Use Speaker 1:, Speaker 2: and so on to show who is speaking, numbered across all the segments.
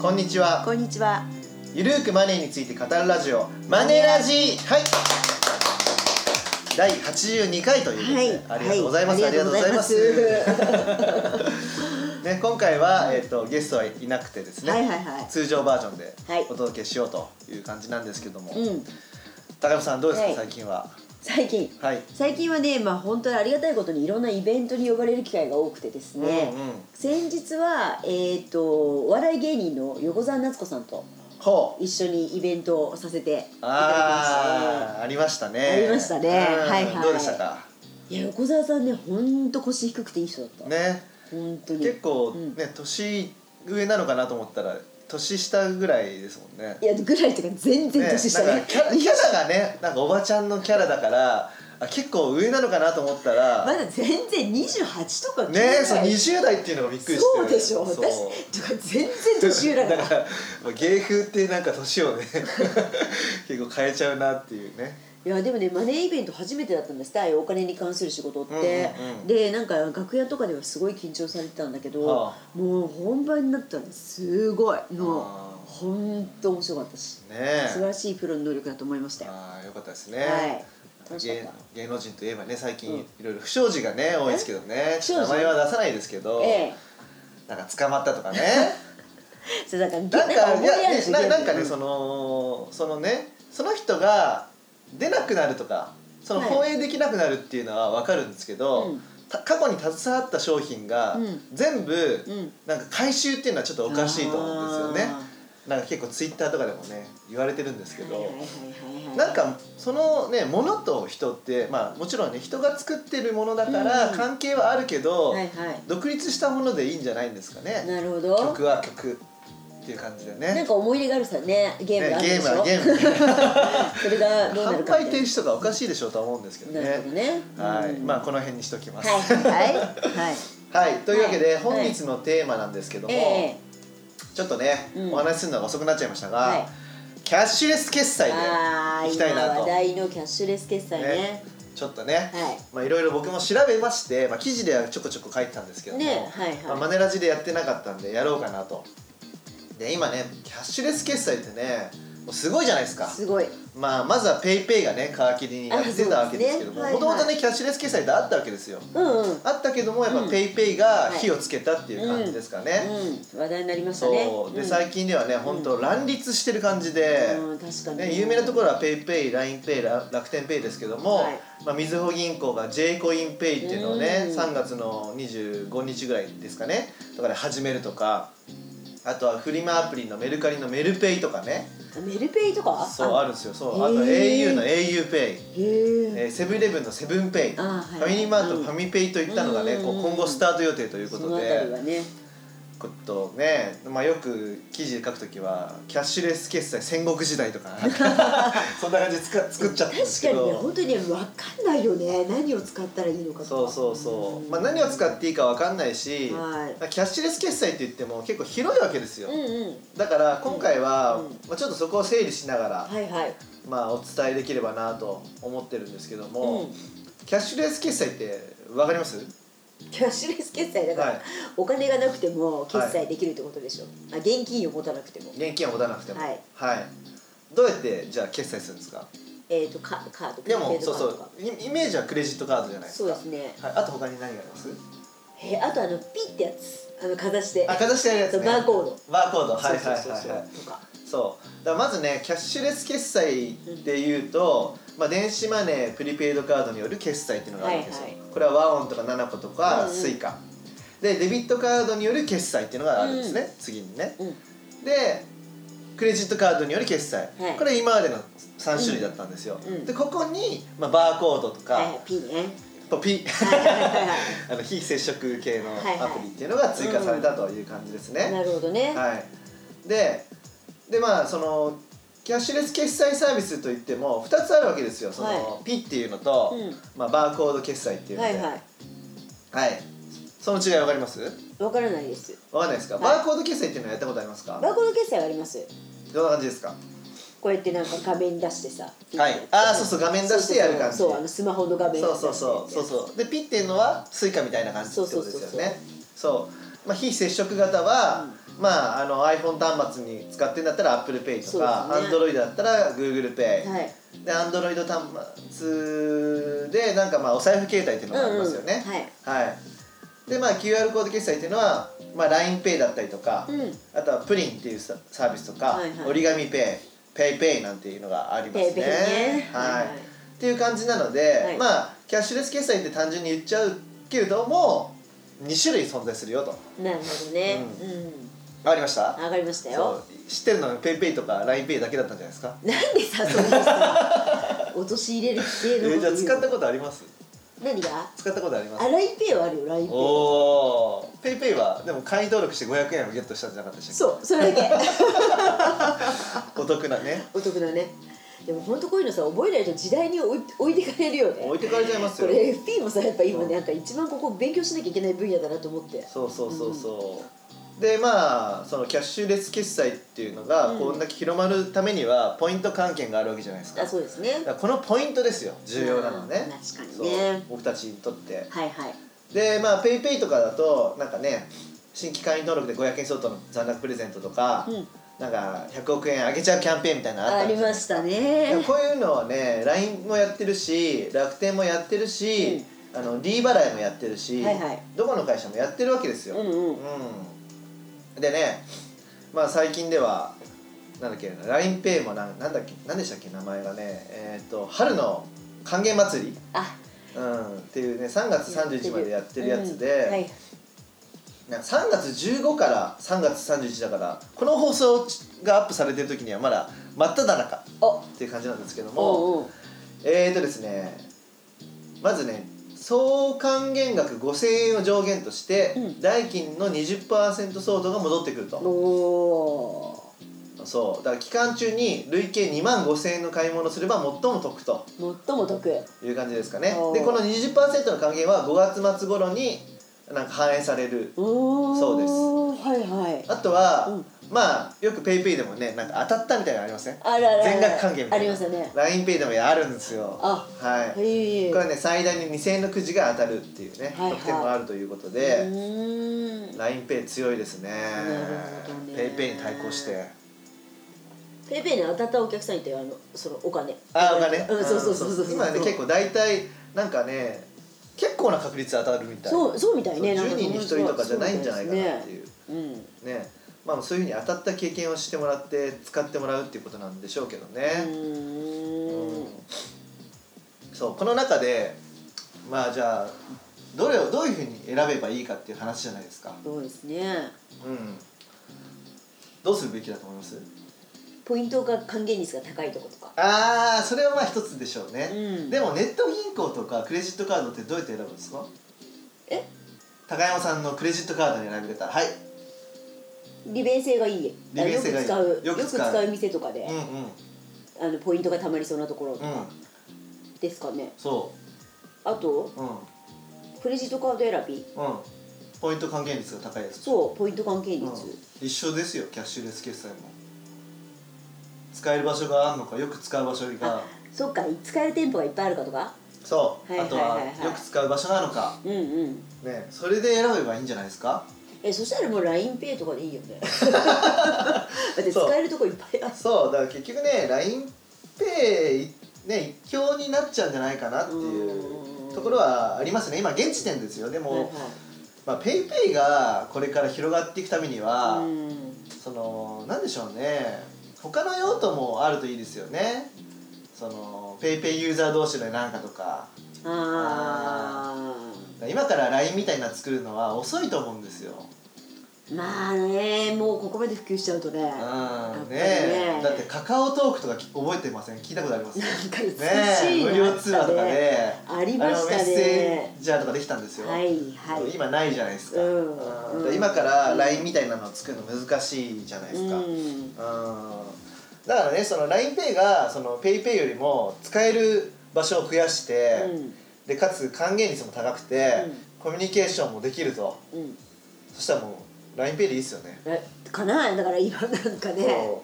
Speaker 1: こんにちは
Speaker 2: こんにちは。
Speaker 1: ゆるーくマネーについて語るラジオマネラジーはい第82回ということで、ありがとうございます、
Speaker 2: は
Speaker 1: ありがとうございます
Speaker 2: ありがとうございま
Speaker 1: ね、今回は、
Speaker 2: はい
Speaker 1: えっとゲストはいなくてですね、
Speaker 2: はいはいはい
Speaker 1: 通常バージョンで
Speaker 2: はい
Speaker 1: お届けしようという感じなんですけども、
Speaker 2: すうん。
Speaker 1: 高山さんどうですか、
Speaker 2: はい
Speaker 1: 最近は
Speaker 2: 最近。
Speaker 1: はい
Speaker 2: 最近はね、まあ本当にありがたいことにいろんなイベントに呼ばれる機会が多くてですね、
Speaker 1: うんうん
Speaker 2: 先日は、えっとお笑い芸人の横澤夏子さんと
Speaker 1: ほう
Speaker 2: 一緒にイベントをさせていただきました
Speaker 1: あ
Speaker 2: ね
Speaker 1: ーありましたね
Speaker 2: ありましたね
Speaker 1: うん
Speaker 2: はいはい
Speaker 1: どうでしたか
Speaker 2: いや横澤さんねほんと腰低くていい人だった、
Speaker 1: ね
Speaker 2: 本当に
Speaker 1: 結構
Speaker 2: うん
Speaker 1: ね、年上なのかなと思ったら年下ぐらいですもんね
Speaker 2: いやぐらいというか全然年下
Speaker 1: ね
Speaker 2: ね
Speaker 1: なんかキャラキャラがねなんかおばちゃんのキャラだからあ結構上なのかなと思ったら
Speaker 2: まだ全然28とか
Speaker 1: ねえそう20代っていうのがびっくりして
Speaker 2: そうでしょ
Speaker 1: そ
Speaker 2: 私と
Speaker 1: う
Speaker 2: か全然年上だか
Speaker 1: だ
Speaker 2: ら
Speaker 1: からまあ芸風ってなんか年 をね結構変えちゃうなっていうね
Speaker 2: いやでもねマネーイベント初めてだったんですああいうお金に関する仕事って、
Speaker 1: うんうんうん
Speaker 2: でなんか楽屋とかではすごい緊張されてたんだけど、
Speaker 1: は
Speaker 2: もう本番になったらすごいもう
Speaker 1: あー
Speaker 2: 本当面白かったし、
Speaker 1: ねえ
Speaker 2: 素晴らしいプロの能力だと思いましたよ
Speaker 1: ああよかったですね、
Speaker 2: はい楽しかっ
Speaker 1: 芸
Speaker 2: た
Speaker 1: 芸能人といえばね最
Speaker 2: うん
Speaker 1: 近いろいろ不祥事がね多いですけどね
Speaker 2: 不
Speaker 1: ちょっ
Speaker 2: 祥事
Speaker 1: と名前は出さないですけど、
Speaker 2: ええ
Speaker 1: なんか捕まったと かね
Speaker 2: それだから
Speaker 1: なんかい
Speaker 2: 思いや
Speaker 1: や
Speaker 2: る
Speaker 1: ね
Speaker 2: し
Speaker 1: ななんかね
Speaker 2: うん
Speaker 1: そのそのねその人が出なくなるとかその
Speaker 2: はい
Speaker 1: 放映できなくなるっていうのはわかるんですけど、
Speaker 2: うん
Speaker 1: た過去に携わった商品が
Speaker 2: うん
Speaker 1: 全部
Speaker 2: うん
Speaker 1: なんか回収っていうのはちょっとおかしいと思うんですよね
Speaker 2: あ。
Speaker 1: なんか結構ツイッターとかでもね言われてるんですけど、
Speaker 2: はいはいはいはい
Speaker 1: なんかそのね物と人ってまあもちろんね人が作ってるものだから
Speaker 2: うん
Speaker 1: 関係はあるけど、
Speaker 2: はいは
Speaker 1: 独立したものでいいんじゃないんですか
Speaker 2: い
Speaker 1: ね
Speaker 2: なるほど
Speaker 1: 曲は曲っていう感じで
Speaker 2: なん
Speaker 1: ね
Speaker 2: か思い入れがあるさねゲームがある
Speaker 1: ね
Speaker 2: で
Speaker 1: ゲ
Speaker 2: し
Speaker 1: ーム
Speaker 2: ょ、
Speaker 1: はゲームで
Speaker 2: それがどうなる
Speaker 1: 販
Speaker 2: かみ
Speaker 1: 売
Speaker 2: た
Speaker 1: 停
Speaker 2: い
Speaker 1: 止とかおかしいでしょうとは思うんですけど
Speaker 2: な
Speaker 1: ね
Speaker 2: なるほどね
Speaker 1: はい、
Speaker 2: うん
Speaker 1: まあこの辺にしときます
Speaker 2: はい
Speaker 1: は
Speaker 2: はいはい
Speaker 1: い、というわけで
Speaker 2: はい
Speaker 1: 本日のテーマなんですけども、
Speaker 2: え
Speaker 1: ちょっとね、
Speaker 2: うん
Speaker 1: お話しするのが遅くなっちゃいましたが、
Speaker 2: はい
Speaker 1: キャッシュレス決
Speaker 2: え
Speaker 1: 済で
Speaker 2: ああ
Speaker 1: いき
Speaker 2: 今
Speaker 1: たいなと
Speaker 2: 話題のキャッシュレス決済ね
Speaker 1: ねちょっとね、
Speaker 2: はい
Speaker 1: まあいろいろ僕も調べまして、まあ、記事ではちょこちょこ書いてたんですけども、
Speaker 2: ねはいはい
Speaker 1: まあマネラジでやってなかったんでやろうかなとで今ねキャッシュレス決済ってねもうすごいじゃないですか
Speaker 2: すごい
Speaker 1: まあまずは PayPay がね皮切りにやってたわけですけども
Speaker 2: あ
Speaker 1: もとも
Speaker 2: そうですね
Speaker 1: と
Speaker 2: はいは
Speaker 1: ねキャッシュレス決済ってあったわけですよ
Speaker 2: うんうん
Speaker 1: あったけどもやっぱ
Speaker 2: うん
Speaker 1: PayPay が火をつけたっていう感じですかね、
Speaker 2: うん、話題になりましたね
Speaker 1: そうで
Speaker 2: ん
Speaker 1: 最近ではね本当乱立してる感じで、
Speaker 2: うん確かに
Speaker 1: ね、有名なところは PayPay、LINEPay、ら楽天 Pay ですけども、
Speaker 2: はい
Speaker 1: まあ、みずほ銀行が J コイン Pay っていうのをね、
Speaker 2: うん
Speaker 1: 3月の25日ぐらいですかねとかで始めるとかあとはフリマアプリのメルカリのメルペイとかね
Speaker 2: メルペイとか
Speaker 1: そうあるんですよそうあ
Speaker 2: へ
Speaker 1: と
Speaker 2: ー
Speaker 1: au の auPay
Speaker 2: へえ
Speaker 1: えーセブンイレブンのセブンペイフ
Speaker 2: あーは
Speaker 1: ァ
Speaker 2: い
Speaker 1: ミリーマート、
Speaker 2: うん
Speaker 1: ファミペイといったのがね、
Speaker 2: うん
Speaker 1: こう今後スタート予定というこ
Speaker 2: そ
Speaker 1: と
Speaker 2: のあ
Speaker 1: で
Speaker 2: たりはね
Speaker 1: ことね、まあ、よく記事で書くときはキャッシュレス決済戦国時代と か そんな感じでつか作っちゃったんです
Speaker 2: 確か
Speaker 1: け
Speaker 2: にね
Speaker 1: ど
Speaker 2: 本当にね分かんないよね何を使ったらいいのかとか
Speaker 1: そうそうそう、まあ、何を使っていいかわかんないし、
Speaker 2: はい
Speaker 1: まあキャッシュレス決済って言っても結構広いわけですよ、
Speaker 2: うんうん
Speaker 1: だから今回は、
Speaker 2: うん
Speaker 1: まあ、ちょっとそこを整理しながら、
Speaker 2: はいはい
Speaker 1: まあ、お伝えできればなと思ってるんですけども、
Speaker 2: うん
Speaker 1: キャッシュレス決済ってわかります
Speaker 2: キャッシュレス決済だから、
Speaker 1: はい
Speaker 2: お金がなくても決済できるってことでしょ、あ現金を持たなくても
Speaker 1: 現金は持たなくても
Speaker 2: はい、
Speaker 1: どうやってじゃあ決済するんですか
Speaker 2: えっ、とカカード
Speaker 1: で
Speaker 2: プリ
Speaker 1: も
Speaker 2: ペイ
Speaker 1: そ
Speaker 2: ド
Speaker 1: う
Speaker 2: カ
Speaker 1: そ
Speaker 2: ード
Speaker 1: う
Speaker 2: か
Speaker 1: イイメージはクレジットカードじゃないです
Speaker 2: そう
Speaker 1: か
Speaker 2: ですね
Speaker 1: はい、あと他に何があります
Speaker 2: えーあとあのピッてやつあのかざして
Speaker 1: あかざしてやるやつね
Speaker 2: バーコード
Speaker 1: バーコードはいはいはい
Speaker 2: そうそうそう
Speaker 1: は
Speaker 2: そう
Speaker 1: い
Speaker 2: とか
Speaker 1: そうだからまずねキャッシュレス決済でいうと、まあ、電子マネープリペイドカードによる決済っていうのがあるんですよ、
Speaker 2: はいはい
Speaker 1: これはワオンとかナナコとか
Speaker 2: うんうん
Speaker 1: スイカ、でデビットカードによる決済っていうのがあるんですね、次にね
Speaker 2: うん
Speaker 1: でクレジットカードによる決済、
Speaker 2: はい
Speaker 1: これ今までの3種類だったんですよ、
Speaker 2: うんうん
Speaker 1: でここに、まあ、バーコードとか、
Speaker 2: はいはいピーね
Speaker 1: とピ
Speaker 2: はいはいは
Speaker 1: あの非接触系の
Speaker 2: はいはい
Speaker 1: アプリっていうのが追加されたという感じです
Speaker 2: い
Speaker 1: ね。
Speaker 2: なるほどね、
Speaker 1: はい、ででまあそのキャッシュレス決済サービスといっても2つあるわけですよその、
Speaker 2: は
Speaker 1: ピっていうのと、
Speaker 2: うん
Speaker 1: まあ、バーコード決済っていうの
Speaker 2: は
Speaker 1: で、
Speaker 2: いはい
Speaker 1: はいその違いわかります
Speaker 2: わからないです
Speaker 1: わかんないですか、
Speaker 2: はい
Speaker 1: バーコード決済っていうのはやったことありますか
Speaker 2: バーコード決済はあります
Speaker 1: どんな感じですか
Speaker 2: こうやってなんか画面出してさ
Speaker 1: はいあーそうそう画面出してやる感じ
Speaker 2: そうそうそうあのスマホの画面
Speaker 1: そうそうそうそう
Speaker 2: う
Speaker 1: そうでピっていうのはスイカみたいな感じってことですよねそうまあ、非接触型は、まあ、あの iPhone 端末に使ってんだったら ApplePay とか、
Speaker 2: そうです
Speaker 1: Android だったら GooglePay、
Speaker 2: はい
Speaker 1: で Android 端末でなんかまあお財布携帯っていうのがありますよね、はい、でまあ QR コード決済っていうのは、まあ、LINEPay だったりとか、
Speaker 2: うんはいうん
Speaker 1: あとはプリンっていうササービスとか、
Speaker 2: はいはい
Speaker 1: 折り紙ペイペイペイなんていうのがありますね
Speaker 2: ペイペイね
Speaker 1: はい
Speaker 2: はいはい
Speaker 1: っていう感じなので、
Speaker 2: はい
Speaker 1: まあキャッシュレス決済って単純に言っちゃうけれども2種類存在するよと
Speaker 2: なるほどね
Speaker 1: う
Speaker 2: う
Speaker 1: 分
Speaker 2: ん
Speaker 1: かりました
Speaker 2: 上がりました
Speaker 1: そ
Speaker 2: よ
Speaker 1: う知ってるのはペイペイとか LINEPay だけだったんじゃないですか
Speaker 2: なんでさそんなさ陥れる系
Speaker 1: え
Speaker 2: のこ
Speaker 1: ー
Speaker 2: と言う
Speaker 1: じゃあ使ったことあります
Speaker 2: 何が
Speaker 1: 使ったことあります
Speaker 2: あラインペイはあるよラインペイ
Speaker 1: おおペイペイはでも会員登録して500円をゲットしたんじゃなかったでしたっ
Speaker 2: そうそれだけ
Speaker 1: けお得なね
Speaker 2: お得だねでも本当こういうのさ覚えないと時代に置い置いてかれるよね
Speaker 1: 置いてかれちゃいます
Speaker 2: こ
Speaker 1: よ
Speaker 2: れ FP もさやっぱ今
Speaker 1: うん
Speaker 2: なんか一番ここ勉強しなきゃいけない分野だなと思って
Speaker 1: そうそうそうそう、でまあそのキャッシュレス決済っていうのが
Speaker 2: うん
Speaker 1: こんだけ広まるためにはポイント関係があるわけじゃないですか,、
Speaker 2: あそうです
Speaker 1: だ
Speaker 2: ね
Speaker 1: からこのポイントですよ重要なのはね
Speaker 2: うん確かにね
Speaker 1: そう僕たちにとって
Speaker 2: はいはい
Speaker 1: でまあペイペイとかだとなんかね新規会員登録で500円相当の残額プレゼントとか、
Speaker 2: うん
Speaker 1: なんか100億円あげちゃうキャンペーンみたいなのあっ
Speaker 2: あ
Speaker 1: たんで
Speaker 2: り
Speaker 1: すよ
Speaker 2: ました
Speaker 1: でも
Speaker 2: ね
Speaker 1: こういうのはね LINE もやってるし楽天もやってるし、あの D 払いもやってるし、
Speaker 2: はいはい
Speaker 1: どこの会社もやってるわけですよ、
Speaker 2: うんうん
Speaker 1: うんでねまあ最近ではなんだっけ LINEPay もなんなんだっけなんでしたっけ名前がねえっ、と春の還元祭り、
Speaker 2: あ
Speaker 1: うん、っていうね3月31日までやってるやつで、
Speaker 2: うんはい
Speaker 1: な3月15から3月31だからこの放送がアップされてる時にはまだ真っ只中
Speaker 2: お
Speaker 1: っていう感じなんですけども、
Speaker 2: おうおう
Speaker 1: えーとですねまずね総還元額5000円を上限として、
Speaker 2: うん
Speaker 1: 代金の20%相当が戻ってくると、
Speaker 2: お
Speaker 1: そうだから期間中に累計2万5000円の買い物をすれば最も得と
Speaker 2: ー最も得
Speaker 1: いう感じですかね
Speaker 2: おー
Speaker 1: でこの20%の還元は5月末頃になんか反映される
Speaker 2: おー
Speaker 1: そうです
Speaker 2: はいはい
Speaker 1: あとは、
Speaker 2: うん
Speaker 1: まあよく PayPay でもねなんか当たったみたいなのありません
Speaker 2: あららら
Speaker 1: 全額還元みた
Speaker 2: あ
Speaker 1: いな
Speaker 2: りましたね
Speaker 1: LINEPay でもあるんですよ
Speaker 2: あ
Speaker 1: はい
Speaker 2: い
Speaker 1: これはね最大に2000円のくじが当たるっていうね、
Speaker 2: はいはい
Speaker 1: 特典もあるということ
Speaker 2: う
Speaker 1: で、
Speaker 2: ーん
Speaker 1: LINEPay 強いですね
Speaker 2: るほどね
Speaker 1: PayPay に対抗して
Speaker 2: ペイペイに当たったお客さんいたよあのそのお金
Speaker 1: あお金、
Speaker 2: うんそうそうそうそうそう
Speaker 1: 今ね結構大体なんかね結構な確率で当たるみたい
Speaker 2: そうそうみたいね
Speaker 1: そう
Speaker 2: なん
Speaker 1: 10人に1人とかじゃないんじゃないかなって
Speaker 2: う
Speaker 1: いう
Speaker 2: そうですね
Speaker 1: ねまあそういうふうに当たった経験をしてもらって使ってもらうっていうことなんでしょうけどね、
Speaker 2: うんうーん
Speaker 1: そうこの中でまあじゃあどれをどういうふうに選べばいいかっていう話じゃないですか
Speaker 2: そうですね
Speaker 1: うんどうするべきだと思います
Speaker 2: ポイントが還元率が高いとことか
Speaker 1: ああそれはまあ一つでしょうね、
Speaker 2: うん
Speaker 1: でもネット銀行とかクレジットカードってどうやって選ぶんですか
Speaker 2: え
Speaker 1: 高山さんのクレジットカードに選び方はい
Speaker 2: 利便性がいい
Speaker 1: 利便性がいい
Speaker 2: あよく使う
Speaker 1: よ
Speaker 2: よ
Speaker 1: く
Speaker 2: く
Speaker 1: 使う
Speaker 2: 使う店とかで
Speaker 1: うんうん
Speaker 2: あのポイントがたまりそうなところ
Speaker 1: うん
Speaker 2: ですかね
Speaker 1: そ
Speaker 2: あと
Speaker 1: ううんうん
Speaker 2: クレジットカード選び
Speaker 1: ポイント還元率が高いやつ
Speaker 2: そうポイント還元率
Speaker 1: うん、一緒ですよキャッシュレス決済も使える場所があるのかよく使う場所が
Speaker 2: そっか使える店舗がいっぱいあるかとか
Speaker 1: そう、
Speaker 2: はいはいはいはい
Speaker 1: あとはよく使う場所なのか
Speaker 2: うんうん
Speaker 1: ねそれで選べばいいんじゃないですか
Speaker 2: えそしたらもう LINEPay とかでい いよねだって
Speaker 1: そう
Speaker 2: 使えるとこいっぱいある
Speaker 1: そうだから結局ね LINEPay ね一強になっちゃうんじゃないかなっていううんところはありますね今現時点ですよでも、
Speaker 2: はい
Speaker 1: まあ、PayPay がこれから広がっていくためには、
Speaker 2: はいうん
Speaker 1: そのなんでしょうね他の用途もあるといいですよねその PayPay ユーザー同士でなんかとか
Speaker 2: あ
Speaker 1: 今から LINE みたいなの作るのは遅いと思うんですよ
Speaker 2: ーまあねもうここまで普及しちゃうとね
Speaker 1: う
Speaker 2: なんか
Speaker 1: んね
Speaker 2: やっぱりね
Speaker 1: だってカカオトークとかき覚えてません聞いたことあり ますね
Speaker 2: 美しい
Speaker 1: え無料通話とか
Speaker 2: ね
Speaker 1: ね
Speaker 2: ありました
Speaker 1: あれもメッ
Speaker 2: ね
Speaker 1: センジャーとかできたんですよ、
Speaker 2: はいはい
Speaker 1: 今ないじゃないですか,、
Speaker 2: うん
Speaker 1: だから今から LINE みたいなのを作るの難しいじゃないですか、
Speaker 2: う
Speaker 1: う
Speaker 2: ん
Speaker 1: んだからねその LINEPay がその PayPay よりも使える場所を増やして、
Speaker 2: うん
Speaker 1: でかつ還元率も高くて、
Speaker 2: うん
Speaker 1: コミュニケーションもできると
Speaker 2: うん
Speaker 1: そしたらもう LINEPay でいいですよね
Speaker 2: えかなだから今なんかね
Speaker 1: そ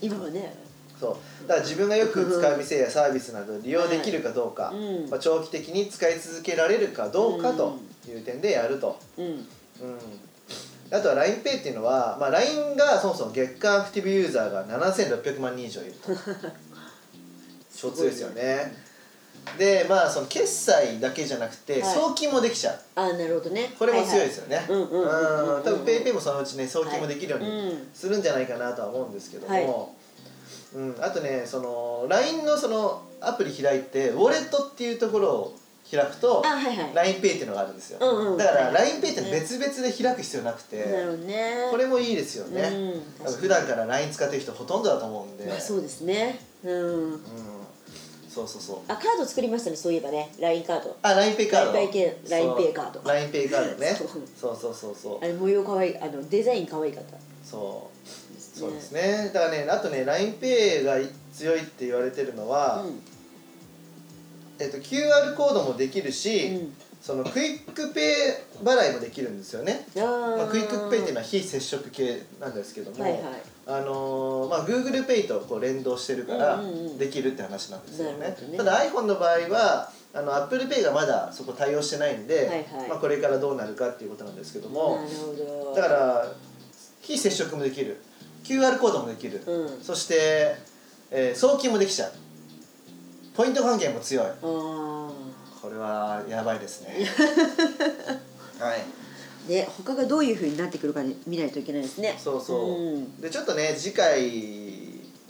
Speaker 2: 今はね
Speaker 1: うそうだから自分がよく使う店やサービスなど利用できるかどうか、
Speaker 2: うん
Speaker 1: まあ、長期的に使い続けられるかどうかという点でやると、
Speaker 2: うん
Speaker 1: うんあとは LINEPay っていうのは、まあ、LINE がそもそも月間アクティブユーザーが7600万人以上いる と
Speaker 2: す
Speaker 1: 小
Speaker 2: ごいね
Speaker 1: 通ですよねでまあその決済だけじゃなくて、
Speaker 2: はい
Speaker 1: 送金もできちゃう
Speaker 2: あなるほどね
Speaker 1: これも強いですすよね
Speaker 2: いうんうんうんうんうん
Speaker 1: うん多分 PayPay もそのうちね送金もできるよう
Speaker 2: う
Speaker 1: に
Speaker 2: ん
Speaker 1: するんじゃないかなとは思うんですけども、
Speaker 2: はい
Speaker 1: うん、あとねその LINE のそのアプリ開いてウォレットっていうところを開くと
Speaker 2: あはいはい
Speaker 1: LINEPay っていうのがあるんですよ、
Speaker 2: うんうん
Speaker 1: だから
Speaker 2: はい
Speaker 1: LINEPay って別々で開く必要なくて、
Speaker 2: なるほどね
Speaker 1: これもいいですよね、
Speaker 2: うん
Speaker 1: 多分普段から LINE 使ってる人ほとんどだと思うんで、
Speaker 2: まあそうですねうん
Speaker 1: うん、そうそうそう
Speaker 2: あカード作りましたねそういえばね LINE カード
Speaker 1: あ LINEPay カード
Speaker 2: LINEPay
Speaker 1: そう
Speaker 2: LINEPay カード
Speaker 1: LINEPay カードね
Speaker 2: そう
Speaker 1: そうそうそうそう
Speaker 2: あれ模様可愛いあのデザイン可愛かった
Speaker 1: そうそうですねだからねあとね LINEPay が強いって言われてるのは、
Speaker 2: うん
Speaker 1: えっと、QR コードもできるし、
Speaker 2: うん
Speaker 1: そのクイックペイ払いもできるんですよね、
Speaker 2: あー
Speaker 1: まあ、クイックペイっていうのは非接触系なんですけども、
Speaker 2: はいはい
Speaker 1: あのーまあ、GooglePay とこう連動してるから
Speaker 2: うんうんうん
Speaker 1: できるって話なんですよ
Speaker 2: なる
Speaker 1: ね
Speaker 2: ほどね
Speaker 1: ただ iPhone の場合はあの ApplePay がまだそこ対応してないんで、
Speaker 2: はいはい
Speaker 1: まあ、これからどうなるかっていうことなんですけど
Speaker 2: な
Speaker 1: も
Speaker 2: るほど
Speaker 1: だから非接触もできる QR コードもできる、
Speaker 2: うん
Speaker 1: そして、えー送金もできちゃうポイント還元も強い
Speaker 2: あー
Speaker 1: これはやばいですね はい
Speaker 2: で他がどういう風になってくるかね見ないといけないですね
Speaker 1: そうそう、
Speaker 2: うん
Speaker 1: でちょっとね次回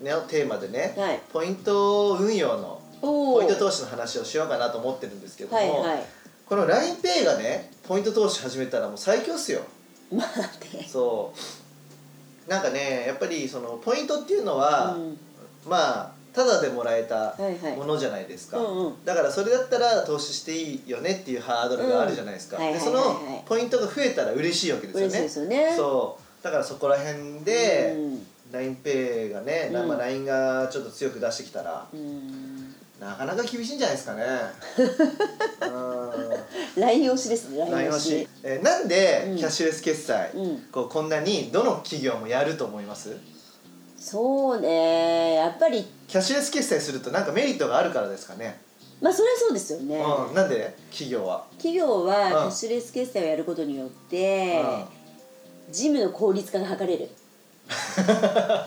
Speaker 1: のテーマでね、
Speaker 2: はい
Speaker 1: ポイント運用の
Speaker 2: おお
Speaker 1: ポイント投資の話をしようかなと思ってるんですけども、
Speaker 2: はいは
Speaker 1: この LINEPay がねポイント投資始めたらもう最強っすよ
Speaker 2: いまあね
Speaker 1: そうなんかねやっぱりそのポイントっていうのは、
Speaker 2: うん
Speaker 1: まあただでもらえた
Speaker 2: はいはい
Speaker 1: ものじゃないですか、
Speaker 2: うんうん
Speaker 1: だからそれだったら投資していいよねっていうハードルがあるじゃないですか、
Speaker 2: うんはいはい
Speaker 1: で
Speaker 2: はい
Speaker 1: そ
Speaker 2: はい
Speaker 1: のポイントが増えたら嬉しいわけですよ
Speaker 2: 嬉しい
Speaker 1: ね
Speaker 2: ですよね
Speaker 1: そうだからそこら辺で、
Speaker 2: うん
Speaker 1: LINEPay がね、
Speaker 2: うん
Speaker 1: まあ LINE がちょっと強く出してきたら
Speaker 2: うん
Speaker 1: なかなか厳しいんじゃないですか ねう
Speaker 2: ライン推しです
Speaker 1: ん
Speaker 2: ねライ
Speaker 1: LINE
Speaker 2: ン推
Speaker 1: 推
Speaker 2: し
Speaker 1: し、えーなんで
Speaker 2: うん
Speaker 1: キャッシュレス決済、
Speaker 2: うん
Speaker 1: こうこんなにどの企業もやると思います
Speaker 2: そうねやっぱり
Speaker 1: キャッシュレス決済するとなんかメリットがあるからですかね、
Speaker 2: まあそれはそうですよね、
Speaker 1: うん、なんで企業は
Speaker 2: 企業は
Speaker 1: うん
Speaker 2: キャッシュレス決済をやることによって、
Speaker 1: う
Speaker 2: 事務の効率化が図れる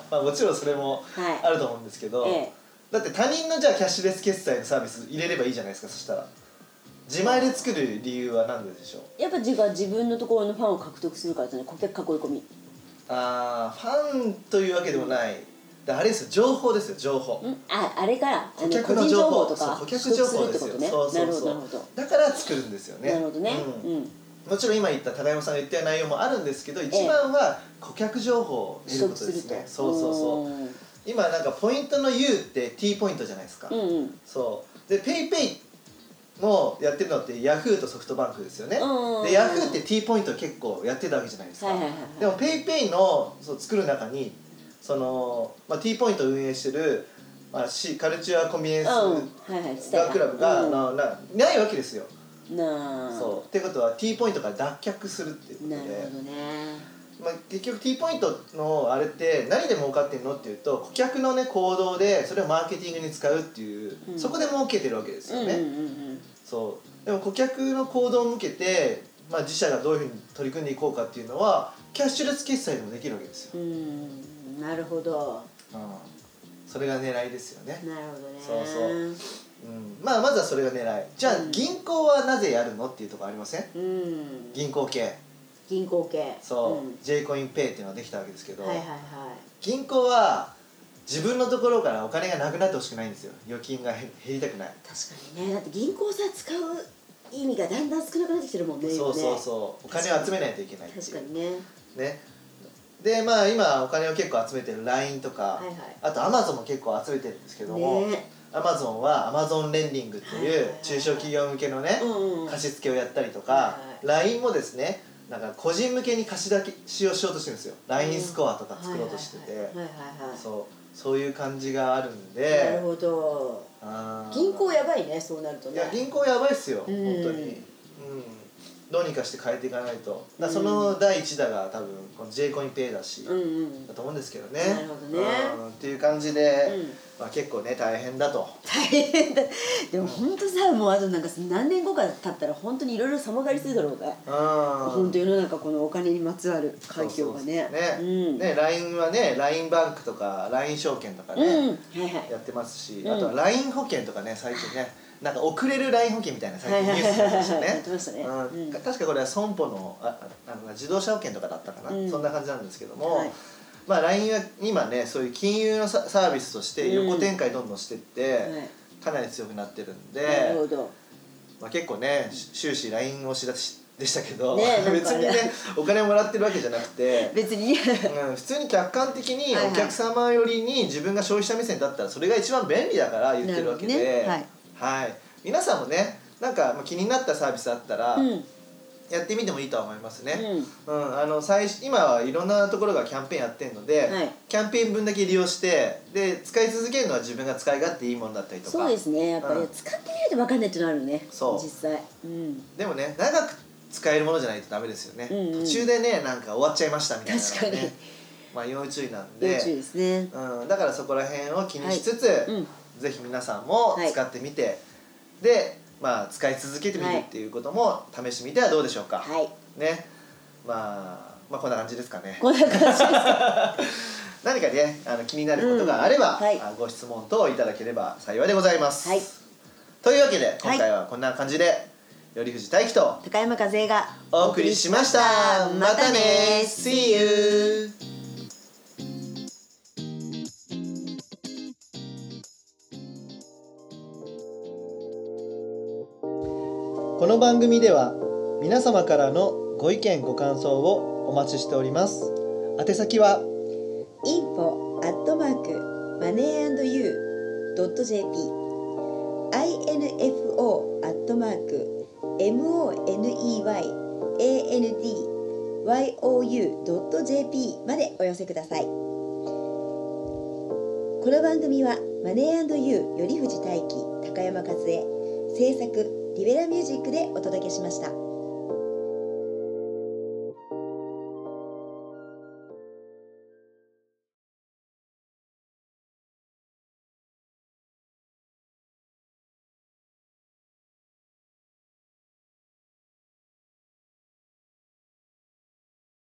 Speaker 1: まあもちろんそれも
Speaker 2: はい
Speaker 1: あると思うんですけど、
Speaker 2: ええ
Speaker 1: だって他人のじゃあキャッシュレス決済のサービス入れればいいじゃないですかそしたら自前で作る理由は何ででしょう
Speaker 2: やっぱ自分は自分のところのファンを獲得するからですね顧客囲い込み
Speaker 1: あーファンというわけでもないだあれですよ情報ですよ情報
Speaker 2: んああれからあ
Speaker 1: 顧
Speaker 2: の
Speaker 1: 客
Speaker 2: 個
Speaker 1: の
Speaker 2: 人
Speaker 1: 情
Speaker 2: 情
Speaker 1: 報
Speaker 2: 報と
Speaker 1: そう
Speaker 2: か
Speaker 1: 顧
Speaker 2: 取
Speaker 1: 客情
Speaker 2: 得す
Speaker 1: 報
Speaker 2: るっ
Speaker 1: です
Speaker 2: てこ
Speaker 1: よ
Speaker 2: とね
Speaker 1: そう
Speaker 2: な
Speaker 1: そう
Speaker 2: るほ
Speaker 1: そ
Speaker 2: ど
Speaker 1: う
Speaker 2: なるほど
Speaker 1: だから作るんですよね
Speaker 2: なるほどね
Speaker 1: うん
Speaker 2: うん
Speaker 1: もちろん今言った高山さんが言った内容もあるんですけど一番は顧客情報を得
Speaker 2: 取
Speaker 1: る
Speaker 2: 得
Speaker 1: こと
Speaker 2: す
Speaker 1: で
Speaker 2: る
Speaker 1: す
Speaker 2: と
Speaker 1: ねそうそうそう
Speaker 2: うん
Speaker 1: 今なんかポイントの U って T ポイントじゃないですか、
Speaker 2: うんうん
Speaker 1: そうで PayPay もやってるのって Yahoo とソフトバンクですよね、
Speaker 2: うん
Speaker 1: で Yahoo って T ポイント結構やってたわけじゃないですか、
Speaker 2: はいはいはい
Speaker 1: でも PayPay のそう作る中にその、まあ、T ポイントを運営してる、まあ、C カルチュアコミュニエンス
Speaker 2: うんはいはいスタイ
Speaker 1: が
Speaker 2: ル
Speaker 1: クラブが、
Speaker 2: うん
Speaker 1: ななないわけですよ、
Speaker 2: なあ
Speaker 1: そうってことは T ポイントから脱却するっていうことで
Speaker 2: なるほどね
Speaker 1: まあ、結局 T ポイントのあれって何で儲かってんのっていうと顧客のね行動でそれをマーケティングに使うっていう、
Speaker 2: うん
Speaker 1: そこで儲けてるわけですよね、
Speaker 2: うんうんうんうん
Speaker 1: そうでも顧客の行動を向けて、まあ、自社がどういうふうに取り組んでいこうかっていうのはキャッシュレス決済でもできるわけですよ、
Speaker 2: うんなるほど
Speaker 1: うん、それが狙いですよね、
Speaker 2: なるほどね
Speaker 1: そううん、まあまずはそれが狙いじゃあ
Speaker 2: うん
Speaker 1: 銀行はなぜやるのっていうところありません
Speaker 2: うん
Speaker 1: 銀行系
Speaker 2: 銀行系
Speaker 1: そう、
Speaker 2: ん
Speaker 1: J コインペイっていうのができたわけですけど、
Speaker 2: はいはいは
Speaker 1: 銀行は自分のところからお金がなくなってほしくないんですよ預金が減減りたくない、
Speaker 2: い確かにねだって銀行さ使う意味がだんだん少なくなってきてるもんね
Speaker 1: そう
Speaker 2: 今
Speaker 1: そう
Speaker 2: ね
Speaker 1: そうお金を集めないといけないっていう
Speaker 2: 確かにね
Speaker 1: ねでまあ今お金を結構集めてる LINE とか、
Speaker 2: はいはい
Speaker 1: あと Amazon も結構集めてるんですけども、
Speaker 2: ね
Speaker 1: Amazon は Amazon レンディングって
Speaker 2: はいはい
Speaker 1: い
Speaker 2: は
Speaker 1: う
Speaker 2: い
Speaker 1: 中小企業向けのね、
Speaker 2: うんうん
Speaker 1: 貸し付けをやったりとか、
Speaker 2: は
Speaker 1: LINE もですねなんか個人向けに貸しだけしようしようとしてるんですよ LINE スコアとか作ろうとしてて、
Speaker 2: はいはいはいはいはい
Speaker 1: そうそういう感じがあるん
Speaker 2: なる
Speaker 1: で
Speaker 2: ほど
Speaker 1: あー
Speaker 2: 銀行やばいねそうなると
Speaker 1: い
Speaker 2: ね
Speaker 1: や銀行やばいっすよ、
Speaker 2: うん
Speaker 1: 本当に、うん、どうにかして変えていかないとだからその第一打が多分この J コインペイだし、
Speaker 2: うんうん
Speaker 1: だと思うんですけどね。
Speaker 2: なるほどね
Speaker 1: うんっていう感じで、
Speaker 2: うん
Speaker 1: まあ、結構ね大変だと
Speaker 2: 大変だでも本当さもうあとなんか何年後か経ったら本当にいろいろ様変わりするだろうね
Speaker 1: うん
Speaker 2: 本当世の中このお金にまつわる環境がね
Speaker 1: そうそう
Speaker 2: う
Speaker 1: ね
Speaker 2: ん
Speaker 1: ね LINE はね LINE バンクとか LINE 証券とかね、
Speaker 2: うんはいはい
Speaker 1: やってますし、
Speaker 2: うん
Speaker 1: あとは LINE 保険とかね最近ねなんか遅れる LINE 保険みたいな最近
Speaker 2: はい
Speaker 1: ニュース
Speaker 2: はいは
Speaker 1: にないり
Speaker 2: いは
Speaker 1: ました
Speaker 2: や
Speaker 1: ね
Speaker 2: ってましたね
Speaker 1: う
Speaker 2: うん
Speaker 1: ん確かこれは損保のあああの自動車保険とかだったかな、
Speaker 2: うん
Speaker 1: そんな感じなんですけども、
Speaker 2: はい
Speaker 1: まあ、LINE は今ねそういう金融のササービスとして
Speaker 2: うん
Speaker 1: 横展開どんどんしてって、
Speaker 2: はい
Speaker 1: かなり強くなってるんで、
Speaker 2: なるほど
Speaker 1: まあ、結構ねし終始 LINE をしだしでしたけど、
Speaker 2: ねえなんかね
Speaker 1: 別にねお金もらってるわけじゃなくて。
Speaker 2: 別に
Speaker 1: うん、普通に客観的に
Speaker 2: はいはい
Speaker 1: お客様よりに自分が消費者目線だったらそれが一番便利だから言ってるわけで、
Speaker 2: なるほどね
Speaker 1: はい皆さんもねなんかまあ気になったサービスあったら
Speaker 2: うんうん
Speaker 1: やってみてもいいとは思いますね、うんあの最初今はいろんなところがキャンペーンやってるので、
Speaker 2: はい
Speaker 1: キャンペーン分だけ利用してで使い続けるのは自分が使い勝手いいものだったりとか
Speaker 2: そうですねやっぱ
Speaker 1: う
Speaker 2: り
Speaker 1: ん
Speaker 2: 使ってみないと分かんないっていうのあるね
Speaker 1: そう
Speaker 2: 実際うん
Speaker 1: でもね長く使えるものじゃないとダメですよね、
Speaker 2: うんうん
Speaker 1: 途中でねなんか終わっちゃいましたみたいなのが
Speaker 2: 確かに
Speaker 1: ねまあ要注意なん
Speaker 2: 要
Speaker 1: で
Speaker 2: 注意ですね
Speaker 1: うん、だからそこら辺を気にしつつ、
Speaker 2: うん
Speaker 1: ぜひ皆さんも使ってみて、で、まあ、使い続けてみるっていうことも試してみてはどうでしょうか、
Speaker 2: はい
Speaker 1: ねまあ、まあこんな感じですかね
Speaker 2: こんな感じ
Speaker 1: 何かねあの気になることがあれば、
Speaker 2: うんはい
Speaker 1: あご質問等いただければ幸いでございます、
Speaker 2: はい
Speaker 1: というわけで今回はこんな感じで、頼藤大樹と
Speaker 2: 高山和恵が
Speaker 1: お送りしましたまたね See youこの番組では皆様からのご意見ご感想をお待ちしております宛先は
Speaker 2: info at mark moneyandyou.jp info at mark moneyandyou.jp までお寄せくださいこの番組はマネーユー頼藤大輝高山和恵制作リベラミュージックでお届けしました。